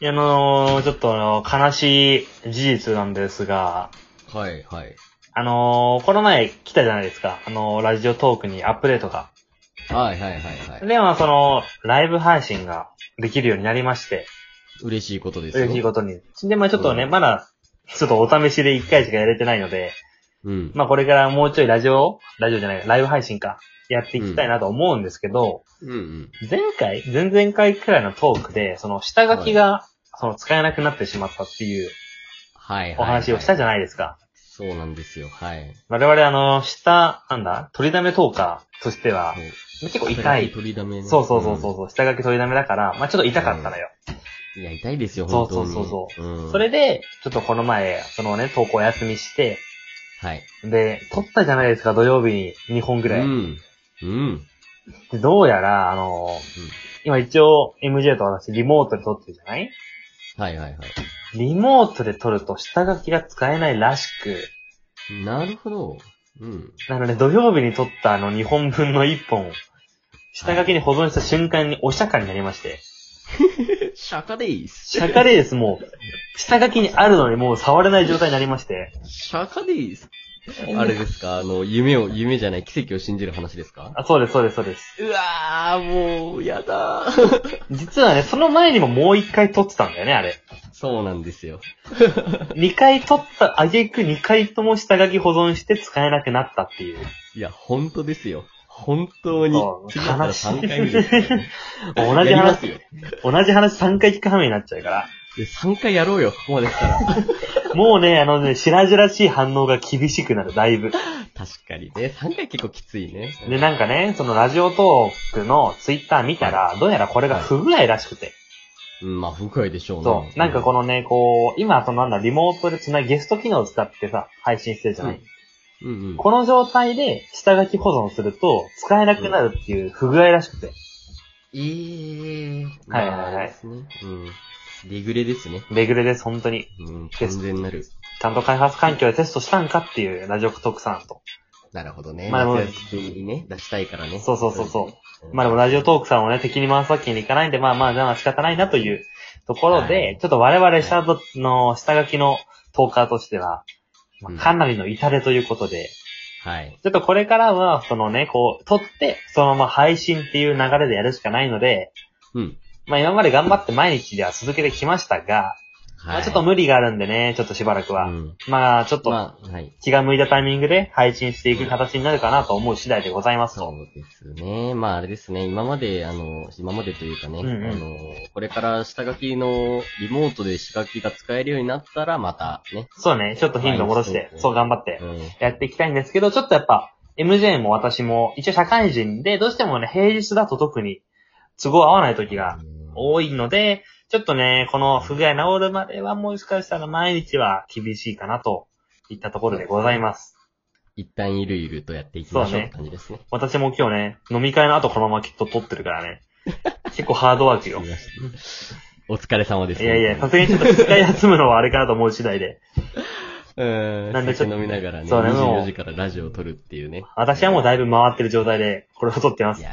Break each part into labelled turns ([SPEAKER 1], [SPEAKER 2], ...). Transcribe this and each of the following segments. [SPEAKER 1] いや、あのーちょっとあの悲しい事実なんですが、
[SPEAKER 2] はい、はい。
[SPEAKER 1] あのーこの前来たじゃないですか。あのーラジオトークにアップデートが。
[SPEAKER 2] はい、はい、はい、はい。
[SPEAKER 1] で、まあ、その、ライブ配信ができるようになりまして、
[SPEAKER 2] 嬉しいことですよ。
[SPEAKER 1] 嬉しいことに。で、まあ、ちょっとね、
[SPEAKER 2] うん
[SPEAKER 1] まだ、ちょっとお試しで1回しかやれてないので、
[SPEAKER 2] うん。
[SPEAKER 1] まあ、これからもうちょいラジオ、ラジオじゃない、ライブ配信か、やっていきたいなと思うんですけど、
[SPEAKER 2] うん、うん。
[SPEAKER 1] 前回、前々回くらいのトークで、その、下書きが、その、使えなくなってしまったっていう
[SPEAKER 2] はい、はい。
[SPEAKER 1] お話をしたじ
[SPEAKER 2] ゃん。
[SPEAKER 1] ゃないですか。
[SPEAKER 2] そうなんですよ、はい。
[SPEAKER 1] 我々あの、下、なんだ、取りだめトーカーとしては
[SPEAKER 2] そ、う
[SPEAKER 1] 結構痛い。
[SPEAKER 2] 取りだめね
[SPEAKER 1] そうそうそうそう、う下書き取りだめだから、まあちょっと痛かったのよ。
[SPEAKER 2] うん。いや、痛いですよ、
[SPEAKER 1] そう
[SPEAKER 2] 本当に。
[SPEAKER 1] そうそう
[SPEAKER 2] そう。うん。
[SPEAKER 1] それ、で、ちょっとこの前、そのね、投稿お休みして、
[SPEAKER 2] はい。
[SPEAKER 1] で、撮ったじゃないですか、土曜日に2本ぐらい。
[SPEAKER 2] うん。うん。
[SPEAKER 1] でどうやら、あの、
[SPEAKER 2] うん
[SPEAKER 1] 今一応 MJ と私リモートで撮ってるじゃない
[SPEAKER 2] はい、はい、は
[SPEAKER 1] リモートで撮ると下書きが使えないらしく、
[SPEAKER 2] い。なるほど。うん。
[SPEAKER 1] なので土曜日に撮ったあの2本分の1本を、下書きに保存した瞬間にお釈迦になりまして、
[SPEAKER 2] 釈迦でいいっす。
[SPEAKER 1] シャカレーです、もう。下書きにあるのにもう触れない状態になりまして。
[SPEAKER 2] 釈迦でいいっす。あれですかあの、夢を、夢じゃない、奇跡を信じる話ですか
[SPEAKER 1] あ、そうです、そうです、そうです。
[SPEAKER 2] うわー、もう、やだー。
[SPEAKER 1] 実はね、その前にももう一回撮ってたんだよね、あれ。
[SPEAKER 2] そうなんですよ。
[SPEAKER 1] 二回撮った、あげく二回とも下書き保存して使えなくなったっていう。
[SPEAKER 2] いや、本当ですよ。本当に
[SPEAKER 1] そ。う
[SPEAKER 2] 次だったら
[SPEAKER 1] 悲しい
[SPEAKER 2] 3回目ですからね。
[SPEAKER 1] 同じ
[SPEAKER 2] やります
[SPEAKER 1] 話、
[SPEAKER 2] よ。
[SPEAKER 1] 同じ話三回聞くはめになっちゃうから。
[SPEAKER 2] 3回やろうよ、ここまで来たら。
[SPEAKER 1] もうね、あのね、白々しい反応が厳しくなる、だいぶ。
[SPEAKER 2] 確かにね、3回結構きついね。
[SPEAKER 1] で、なんかね、そのラジオトークのツイッター見たら、どうやらこれが不具合らしくて。
[SPEAKER 2] うん、まあ、不具合でしょうね。
[SPEAKER 1] そう。なんかこのね、こう、今、そのなんだ、リモートでつない、ゲスト機能を使ってさ、配信してるじゃない。
[SPEAKER 2] うん、うんうん。
[SPEAKER 1] この状態で下書き保存すると使えなくなるっていう不具合らしくて。
[SPEAKER 2] えー。
[SPEAKER 1] はいはいはい
[SPEAKER 2] まあですね。うん。デグレですね。
[SPEAKER 1] レグレです、本当に。
[SPEAKER 2] うん、完全なる。
[SPEAKER 1] ちゃんと開発環境でテストしたんかっていうラジオトークさんと。
[SPEAKER 2] なるほどね。
[SPEAKER 1] まあでも
[SPEAKER 2] 夏休みにね、出したいからね。
[SPEAKER 1] そうそうそうそう
[SPEAKER 2] うん。
[SPEAKER 1] まあでもラジオトークさんをね、敵に回すわけにいかないんで、まあまあ、じゃあ仕方ないなというところで、
[SPEAKER 2] はい
[SPEAKER 1] ちょっと我々下との下書きのトーカーとしては、まあ
[SPEAKER 2] うん
[SPEAKER 1] かなりの痛手ということで、
[SPEAKER 2] はい。
[SPEAKER 1] ちょっとこれからは、そのね、こう、撮って、そのまま配信っていう流れでやるしかないので、
[SPEAKER 2] うん。
[SPEAKER 1] まあ今まで頑張って毎日では続けてきましたが、
[SPEAKER 2] はい。
[SPEAKER 1] まあちょっと無理があるんでね、ちょっとしばらくは。
[SPEAKER 2] うん。
[SPEAKER 1] まあちょっと
[SPEAKER 2] まあ、はい。
[SPEAKER 1] 気が向いたタイミングで配信していく形になるかなと思う次第でございますと。
[SPEAKER 2] そうですね。まああれですね、今まで、あの、今までというかね、
[SPEAKER 1] うんうん
[SPEAKER 2] あの、これから下書きの、リモートで下書きが使えるようになったら、またね、
[SPEAKER 1] そうね、ちょっと頻度戻して
[SPEAKER 2] は、い
[SPEAKER 1] そう頑張って
[SPEAKER 2] うん。
[SPEAKER 1] やっていきたいんですけど、ちょっとやっぱ MJ も私も一応社会人で、どうしてもね、平日だと特に都合合わない時が多いので、ちょっとね、この不具合治るまではもしかしたら毎日は厳しいかなといったところでございます。
[SPEAKER 2] 一旦ゆるゆるとやっていきまし
[SPEAKER 1] そう
[SPEAKER 2] ょう
[SPEAKER 1] ね
[SPEAKER 2] って感じですね。
[SPEAKER 1] 私も今日ね、飲み会の後このままきっと撮ってるからね。結構ハードワークよ。
[SPEAKER 2] いやお疲れ様です、
[SPEAKER 1] いやいや、さすがにちょっと一回休むのはあれかなと思う次第で。
[SPEAKER 2] うん。
[SPEAKER 1] なんでちょっと
[SPEAKER 2] 酒飲みながらね、
[SPEAKER 1] そうねもう
[SPEAKER 2] 24時からラジオを撮るっていうね。
[SPEAKER 1] 私はもうだいぶ回ってる状態で、これを撮ってま
[SPEAKER 2] い
[SPEAKER 1] す。
[SPEAKER 2] や、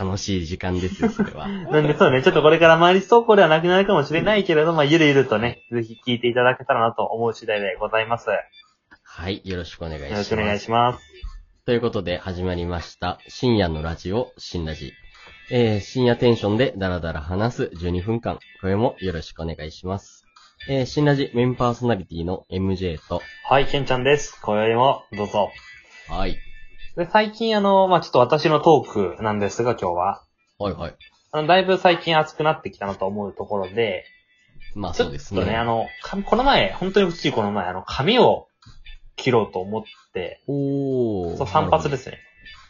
[SPEAKER 2] 楽しい時間ですよ、それは。
[SPEAKER 1] なんでそうね、ちょっとこれから毎日投稿ではなくなるかもしれないけれど、まあ、ゆるゆるとね、ぜひ聞いていただけたらなと思う次第でございます。よ
[SPEAKER 2] はい、よろしくお願いします。
[SPEAKER 1] ろしくお願いします。
[SPEAKER 2] ということで始まりました。深夜のラジオ、新ラジ。えー、深夜テンションでダラダラ話す12分間。これもよろしくお願いします。えー、新ラジメインパーソナリティの MJ と、
[SPEAKER 1] はい、けんちゃんです。今宵も、どうぞ。
[SPEAKER 2] はい。
[SPEAKER 1] で、最近あの、まあ、ちょっと私のトークなんですが、今日は。
[SPEAKER 2] はいはい。
[SPEAKER 1] あの、だいぶ最近熱くなってきたなと思うところで、
[SPEAKER 2] まあ
[SPEAKER 1] ちょっ
[SPEAKER 2] そうです
[SPEAKER 1] と
[SPEAKER 2] ね。
[SPEAKER 1] ね、あの、かこの前、本当についこの前、あの、髪を切ろうと思って、
[SPEAKER 2] おー。
[SPEAKER 1] そう、散髪ですね。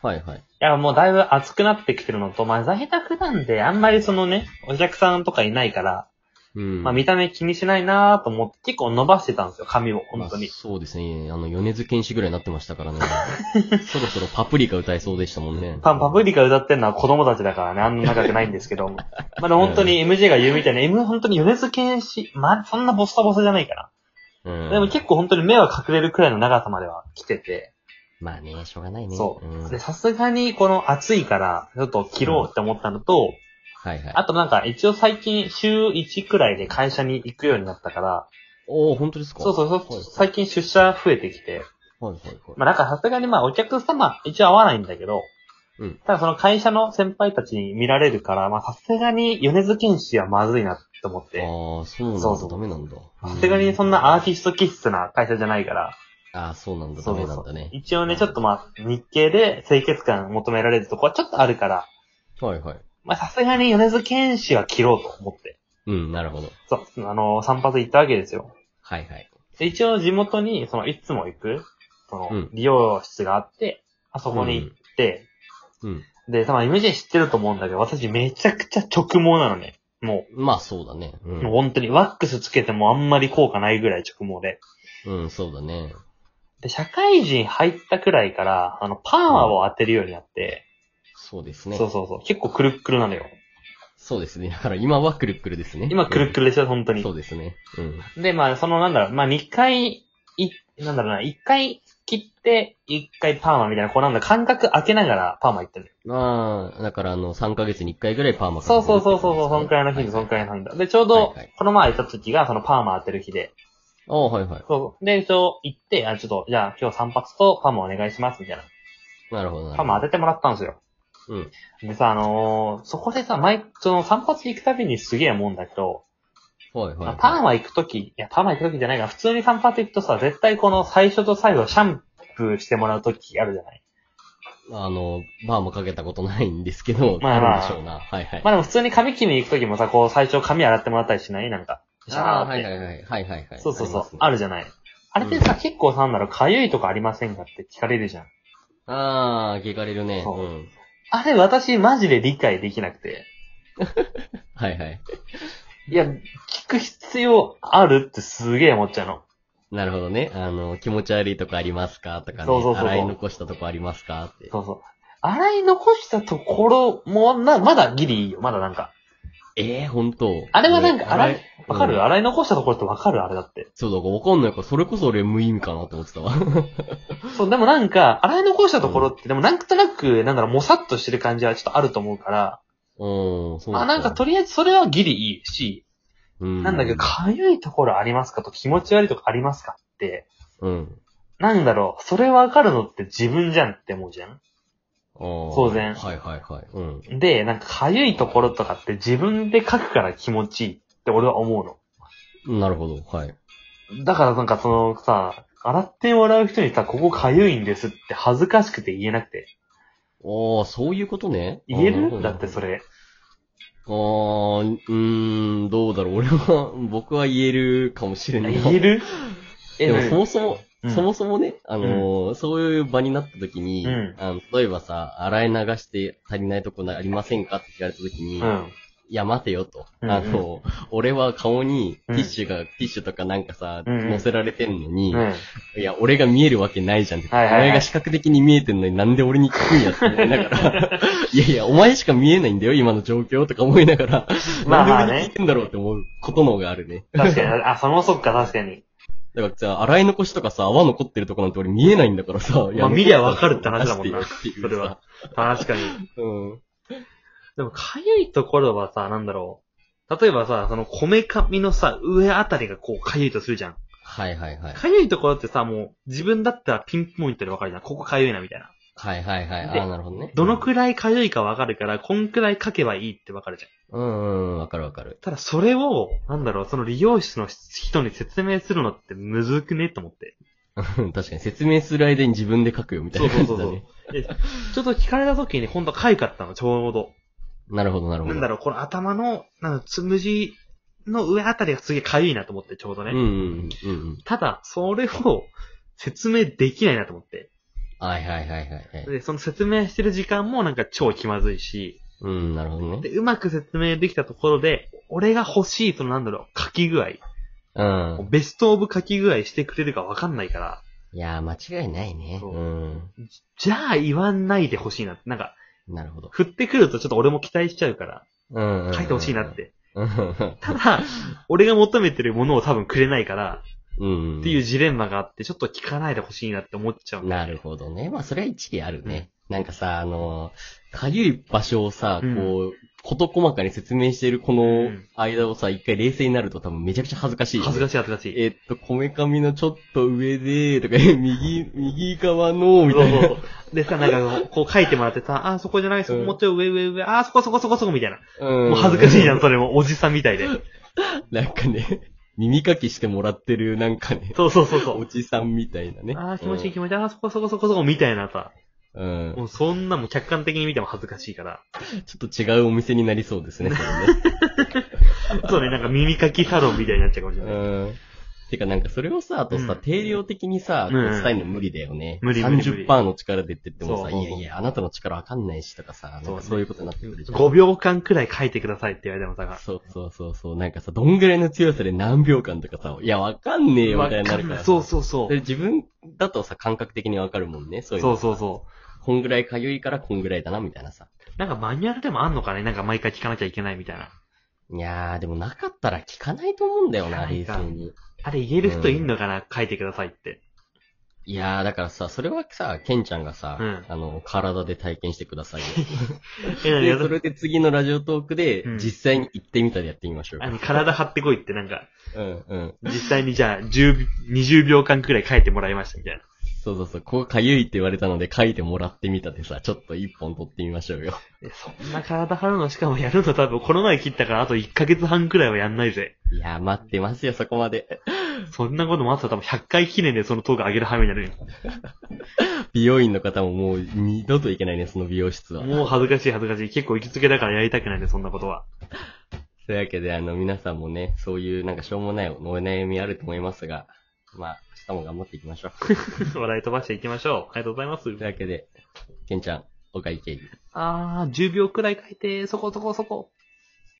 [SPEAKER 2] なるほど。はいはい。
[SPEAKER 1] いや、もうだいぶ暑くなってきてるのと、まあ、在宅なんで、あんまりそのね、お客さんとかいないから、
[SPEAKER 2] うん。
[SPEAKER 1] まあ、見た目気にしないなーと思って、結構伸ばしてたんですよ、髪を、本当に
[SPEAKER 2] まあ。そうですね。あの、米津玄師ぐらいになってましたからね。 そろそろパプリカ歌えそうでしたもんね。
[SPEAKER 1] パンパプリカ歌ってんのは子供たちだからね、あんな仲良くないんですけ ど、まあ、でも本当に MJ が言うみたいな、M、本当に米津玄師、まあ、そんなボスタボスじゃないか
[SPEAKER 2] うん。
[SPEAKER 1] な。でも結構本当に目は隠れるくらいの長さまでは来てて、
[SPEAKER 2] まあね、しょうがないね。
[SPEAKER 1] そう
[SPEAKER 2] うん
[SPEAKER 1] で、さすがにこの暑いから、ちょっと切ろうって思ったのと、
[SPEAKER 2] はいはい。
[SPEAKER 1] あとなんか一応最近週1くらいで会社に行くようになったから、
[SPEAKER 2] おお本当ですか
[SPEAKER 1] そうそうそう、最近出社増えてきて、
[SPEAKER 2] はいはいはい。
[SPEAKER 1] まあなんかさすがにまあお客様一応会わないんだけど、
[SPEAKER 2] うん
[SPEAKER 1] ただその会社の先輩たちに見られるから、まあさすがに米津玄師はまずいなって思って、
[SPEAKER 2] ああ、そうなんだ。
[SPEAKER 1] そうそう
[SPEAKER 2] ダメなんだ。
[SPEAKER 1] さすがにそんなアーティスト気質な会社じゃないから、
[SPEAKER 2] ああ、そうなんだ。
[SPEAKER 1] そう
[SPEAKER 2] ダ
[SPEAKER 1] そ
[SPEAKER 2] メ
[SPEAKER 1] うそ
[SPEAKER 2] な
[SPEAKER 1] うん
[SPEAKER 2] だね。
[SPEAKER 1] 一応ね、ちょっとまあ日系で清潔感求められるとこはちょっとあるから、
[SPEAKER 2] はいはい。
[SPEAKER 1] まあさすがに米津玄師は切ろうと思って、
[SPEAKER 2] うん、なるほど。
[SPEAKER 1] そう、あの、散髪行ったわけですよ。
[SPEAKER 2] はいはい。
[SPEAKER 1] で、一応地元に、その、いつも行く、その、
[SPEAKER 2] うん
[SPEAKER 1] 利用室があって、あそこに行って、
[SPEAKER 2] うん。
[SPEAKER 1] で、たま、イメージ知ってると思うんだけど、私めちゃくちゃ直毛なのね。も
[SPEAKER 2] まあそうだね。う。
[SPEAKER 1] う、もうん本当に、ワックスつけてもあんまり効果ないぐらい直毛で。
[SPEAKER 2] うん、そうだね。
[SPEAKER 1] で、社会人入ったくらいから、あの、パーマを当てるようになって、
[SPEAKER 2] そうですね。
[SPEAKER 1] そうそうそう、結構くるっくるなのよ。
[SPEAKER 2] そうですね。だから今はくるっくるですね。
[SPEAKER 1] 今くるっく
[SPEAKER 2] る。
[SPEAKER 1] るでしょ、本当に
[SPEAKER 2] そ。うですね。うん。
[SPEAKER 1] で、まあ、その、なんだろう、まあ、2回、い、なんだろうな、1回切って、1回パーマみたいな、こうなんだ、間隔空けながらパーマ行ってるのよ
[SPEAKER 2] まあ、だからあの、3ヶ月に1回ぐらいパーマかけて
[SPEAKER 1] そ
[SPEAKER 2] る
[SPEAKER 1] うそうそうそう、そうそんくらいの
[SPEAKER 2] は
[SPEAKER 1] 頻
[SPEAKER 2] い
[SPEAKER 1] 度、そんくらいの頻度。で、ちょうど
[SPEAKER 2] はいはい、
[SPEAKER 1] この前行った時が、そのパーマ当てる日で。
[SPEAKER 2] ああ、はいはい。
[SPEAKER 1] そう。で、そう、行って、あ、ちょっと、じゃあ今日散髪とパーマお願いします、みたいな。
[SPEAKER 2] なるほどなるほど。
[SPEAKER 1] パーマ当ててもらったんですよ。
[SPEAKER 2] うん。
[SPEAKER 1] でさ、あのーそこでさ、毎、その散髪行くたびにすげえ思うんだけど、
[SPEAKER 2] はいはい
[SPEAKER 1] ま
[SPEAKER 2] は
[SPEAKER 1] あ
[SPEAKER 2] い。
[SPEAKER 1] パーマ行く時いや、パーマ行く時じゃないから、普通に散髪行くとさ、絶対この最初と最後、シャンプーしてもらう時あるじゃない。
[SPEAKER 2] あの、パーマかけたことないんですけど、
[SPEAKER 1] まあまあ
[SPEAKER 2] るでしょうな。はいはい。
[SPEAKER 1] まあでも普通に髪切りに行く時もさ、こう、最初髪洗ってもらったりしないなんか。
[SPEAKER 2] ああ、
[SPEAKER 1] シャーっ
[SPEAKER 2] は
[SPEAKER 1] て
[SPEAKER 2] いはいはい。はいはいはい。
[SPEAKER 1] そうそうそう。あ,、
[SPEAKER 2] る。
[SPEAKER 1] るじゃない。あれってさ、結構さ、なんだろう、かゆいとかありませんかって聞かれるじゃん。
[SPEAKER 2] ああ、聞かれるね。う。
[SPEAKER 1] そうんあれ、私、マジで理解できなくて。
[SPEAKER 2] はいはい。
[SPEAKER 1] いや、聞く必要あるってすげえ思っちゃうの。
[SPEAKER 2] なるほどね。あの、気持ち悪いとこありますかとかね。
[SPEAKER 1] そうそうそうそう
[SPEAKER 2] 洗い残したとこありますかって。
[SPEAKER 1] そうそう。洗い残したところも、な、まだギリいいよ。まだなんか。
[SPEAKER 2] ええ本当
[SPEAKER 1] あれはなんか洗い
[SPEAKER 2] 俺
[SPEAKER 1] わかる、
[SPEAKER 2] うん
[SPEAKER 1] 洗い残したところってわかるあれだって。
[SPEAKER 2] そうだからわかんないから、それこそ俺無意味かなと思ってたわ。
[SPEAKER 1] そう、でもなんか、洗い残したところって、でもなんとなく、なんだろう、もさっとしてる感じはちょっとあると思うから、
[SPEAKER 2] うん、そう
[SPEAKER 1] あ、なんかとりあえずそれはギリいいし、
[SPEAKER 2] うん
[SPEAKER 1] なんだけど、かゆいところありますかと気持ち悪いとこありますかって、
[SPEAKER 2] うん。
[SPEAKER 1] なんだろう、それわかるのって自分じゃんって思うじゃん
[SPEAKER 2] 当
[SPEAKER 1] 当然
[SPEAKER 2] はいはいはい。うん。
[SPEAKER 1] で、なんか痒いところとかって自分で書くから気持ちいいって俺は思うの。
[SPEAKER 2] なるほど。はい。
[SPEAKER 1] だからなんかそのさ、洗ってもらう人にさ、ここ痒いんですって恥ずかしくて言えなくて。
[SPEAKER 2] ああ、そういうことね。
[SPEAKER 1] 言え
[SPEAKER 2] あーな
[SPEAKER 1] る
[SPEAKER 2] ほど
[SPEAKER 1] だってそれ。
[SPEAKER 2] あー、うーん、どうだろう。俺は、僕は言えるかもしれない。
[SPEAKER 1] 言え る
[SPEAKER 2] でも
[SPEAKER 1] うん
[SPEAKER 2] そもそも、
[SPEAKER 1] うん
[SPEAKER 2] そもそもね、あのーそういう場になった時に、
[SPEAKER 1] うん
[SPEAKER 2] あの、例えばさ、洗い流して足りないとこなありませんかって聞かれた時に、
[SPEAKER 1] う
[SPEAKER 2] い
[SPEAKER 1] ん。
[SPEAKER 2] や、待てよと。
[SPEAKER 1] うん
[SPEAKER 2] あの、俺は顔にテ
[SPEAKER 1] う
[SPEAKER 2] ィ
[SPEAKER 1] ん
[SPEAKER 2] ッシュが、ティッシュとかなんかさ、
[SPEAKER 1] うんうん
[SPEAKER 2] 乗せられてんのに、
[SPEAKER 1] うん。
[SPEAKER 2] いや、俺が見えるわけないじゃんって。
[SPEAKER 1] はいはいはい
[SPEAKER 2] お前が視覚的に見えてんのになんで俺に聞くんやって思いなが ら。いやいや、お前しか見えないんだよ、今の状況とか思いながら。
[SPEAKER 1] まあまあ
[SPEAKER 2] なんで俺に聞い
[SPEAKER 1] ね。
[SPEAKER 2] てんだろうって思うことの方があるね。
[SPEAKER 1] 確かに。 あ、そのそっか、確かに。
[SPEAKER 2] だからさ、洗い残しとかさ、泡残ってるとこなんて俺見えないんだからさ。い
[SPEAKER 1] ま
[SPEAKER 2] や
[SPEAKER 1] あ見りゃわかるって話だもんな
[SPEAKER 2] 出してよっていうさ
[SPEAKER 1] それは。確かに。
[SPEAKER 2] うん。
[SPEAKER 1] でも、かゆいところはさ、なんだろう。例えばさ、その、こめかみのさ、上あたりがこう、かゆいとするじゃん。
[SPEAKER 2] はいはいはい。
[SPEAKER 1] かゆいところってさ、もう、自分だったらピンポイントでわかるじゃん。ここかゆいな、みたいな。
[SPEAKER 2] はいはいはい。
[SPEAKER 1] で
[SPEAKER 2] ああ、なるほどね。
[SPEAKER 1] どのくらいかゆいかわかるから、こんくらい書けばいいってわかるじゃん。
[SPEAKER 2] うんうんうん、わかるわかる。
[SPEAKER 1] ただ、それを、なんだろう、その利用室の人に説明するのってむずくねと思って。
[SPEAKER 2] 確かに説明する間に自分で書くよみたいな感じだ
[SPEAKER 1] そ
[SPEAKER 2] ね。
[SPEAKER 1] うそう でちょっと聞かれた時にほんとかゆかったの、ちょうど。
[SPEAKER 2] なるほどなるほ
[SPEAKER 1] な
[SPEAKER 2] ど。
[SPEAKER 1] んだろう、この頭の、なんだつむじの上あたりがすげえかゆいなと思って、ちょうどね。
[SPEAKER 2] うんうんうんうん。
[SPEAKER 1] ただ、それを説明できないなと思って。
[SPEAKER 2] はいはいはいはい。はい
[SPEAKER 1] で、その説明してる時間もなんか超気まずいし、
[SPEAKER 2] うん、なるほどね。
[SPEAKER 1] で、うまく説明できたところで、俺が欲しい、そのなんだろう、書き具合。
[SPEAKER 2] うん。
[SPEAKER 1] ベストオブ書き具合してくれるかわかんないから、
[SPEAKER 2] いやー、間違いないね。。
[SPEAKER 1] そううんじゃあ言わないでほしいなって。なんか、
[SPEAKER 2] なるほど。
[SPEAKER 1] 振ってくるとちょっと俺も期待しちゃうから、
[SPEAKER 2] うんうんうん。
[SPEAKER 1] 書いてほしいなって。
[SPEAKER 2] うんうん
[SPEAKER 1] ただ、俺が求めてるものを多分くれないから、
[SPEAKER 2] うん。うん。
[SPEAKER 1] っていうジレンマがあって、ちょっと聞かないでほしいなって思っちゃうんだよ
[SPEAKER 2] な
[SPEAKER 1] ね
[SPEAKER 2] るほどね。まあ、それは一理あるね。なんかさ、あのー、かゆい場所をさ、
[SPEAKER 1] うん
[SPEAKER 2] こう、事細かに説明しているこ
[SPEAKER 1] う
[SPEAKER 2] の
[SPEAKER 1] ん
[SPEAKER 2] 間をさ、一回冷静になると多分めちゃくちゃ恥ずかしいよね、
[SPEAKER 1] 恥ずかしい恥ずかしい。
[SPEAKER 2] えっと、こめかみのちょっと上で、とか、え右、右側の、みたいな。
[SPEAKER 1] そうそうでさ、なんかこう書いてもらってさ、あ、そこじゃない、そこ
[SPEAKER 2] うん
[SPEAKER 1] もうちょい上上上、あ、そこそこそこそこみたいな。
[SPEAKER 2] う
[SPEAKER 1] もう恥ずかしいじゃ
[SPEAKER 2] ん。
[SPEAKER 1] ん、それも。おじさんみたいで。
[SPEAKER 2] なんかね、耳かきしてもらってる、なんかね、
[SPEAKER 1] そうそうそうそ
[SPEAKER 2] お
[SPEAKER 1] う。
[SPEAKER 2] じさんみたいなね。
[SPEAKER 1] あー気持ちいい気持ちいい、あーそこそこそこそこみたいなさ。
[SPEAKER 2] うん。う
[SPEAKER 1] もうそんなもう客観的に見ても恥ずかしいから。
[SPEAKER 2] ん。ちょっと違うお店になりそうですね、それね。
[SPEAKER 1] そうね、なんか耳かきサロンみたいになっちゃうかもしれない。
[SPEAKER 2] うん。てかなんかそれをさ、あとさ、
[SPEAKER 1] うん
[SPEAKER 2] 定量的にさ、こ
[SPEAKER 1] う
[SPEAKER 2] うん伝えるの無理だよね。
[SPEAKER 1] 無理無理無理
[SPEAKER 2] 30%の力でって言ってもさ、
[SPEAKER 1] そう
[SPEAKER 2] いやいや、あなたの力わかんないしとかさ、なんかそういうことになってくるじゃん。
[SPEAKER 1] 5秒間くらい書いてくださいって言われてもさ、
[SPEAKER 2] そうそうそうそう。なんかさ、どんぐらいの強さで何秒間とかさ、いや、わかんねえよ、みたいになるからさ。
[SPEAKER 1] そうそうそ
[SPEAKER 2] で
[SPEAKER 1] う。
[SPEAKER 2] 自分だとさ、感覚的にわかるもんね。そういう
[SPEAKER 1] そ
[SPEAKER 2] の
[SPEAKER 1] うそうそ
[SPEAKER 2] こんぐらいかゆいからこんぐらいだな、みたいなさ。
[SPEAKER 1] う。なんかマニュアルでもあんのかねなんか毎回聞かなきゃいけないみたいな。
[SPEAKER 2] いやー、でもなかったら聞かないと思うんだよ
[SPEAKER 1] 聞
[SPEAKER 2] な、
[SPEAKER 1] かない
[SPEAKER 2] 冷
[SPEAKER 1] か
[SPEAKER 2] 静に。
[SPEAKER 1] あれ言える人いんのかな、書いてください って。
[SPEAKER 2] いやー、だからさ、それはさ、ケンちゃんがさ、
[SPEAKER 1] うん
[SPEAKER 2] あの、体で体験してくださいよ。
[SPEAKER 1] え、なんか
[SPEAKER 2] で、それで次のラジオトークで、
[SPEAKER 1] うん
[SPEAKER 2] 実際に行ってみたでやってみましょう
[SPEAKER 1] あ
[SPEAKER 2] よ。
[SPEAKER 1] の、体張ってこいってなんか、
[SPEAKER 2] うんうん。
[SPEAKER 1] 実際にじゃあ、10、20秒間くらい書いてもらいましたみたいな。
[SPEAKER 2] そうそうそう、こうかゆいって言われたので書いてもらってみたでさ、ちょっと一本取ってみましょうよ。
[SPEAKER 1] でそんな体張るのしかもやるの多分この前切ったからあと1ヶ月半くらいはやんないぜ。
[SPEAKER 2] いやー、待ってますよ、そこまで。
[SPEAKER 1] そんなこともあったら多分100回記念でそのトーク上げる羽目になるよ。
[SPEAKER 2] 美容院の方ももう二度といけないね、その美容室は。
[SPEAKER 1] もう恥ずかしい恥ずかしい。結構行きつけだからやりたくないね、そんなことは。
[SPEAKER 2] というわけで、あの、皆さんもね、そういうなんかしょうもないお悩みあると思いますが、まあ、明日も頑張っていきましょう。
[SPEAKER 1] 笑い飛ばしていきましょう。ありがとうございます
[SPEAKER 2] という。わけで、ケンちゃん、お会計。
[SPEAKER 1] あー、10秒くらい書いて、そこそこそこ。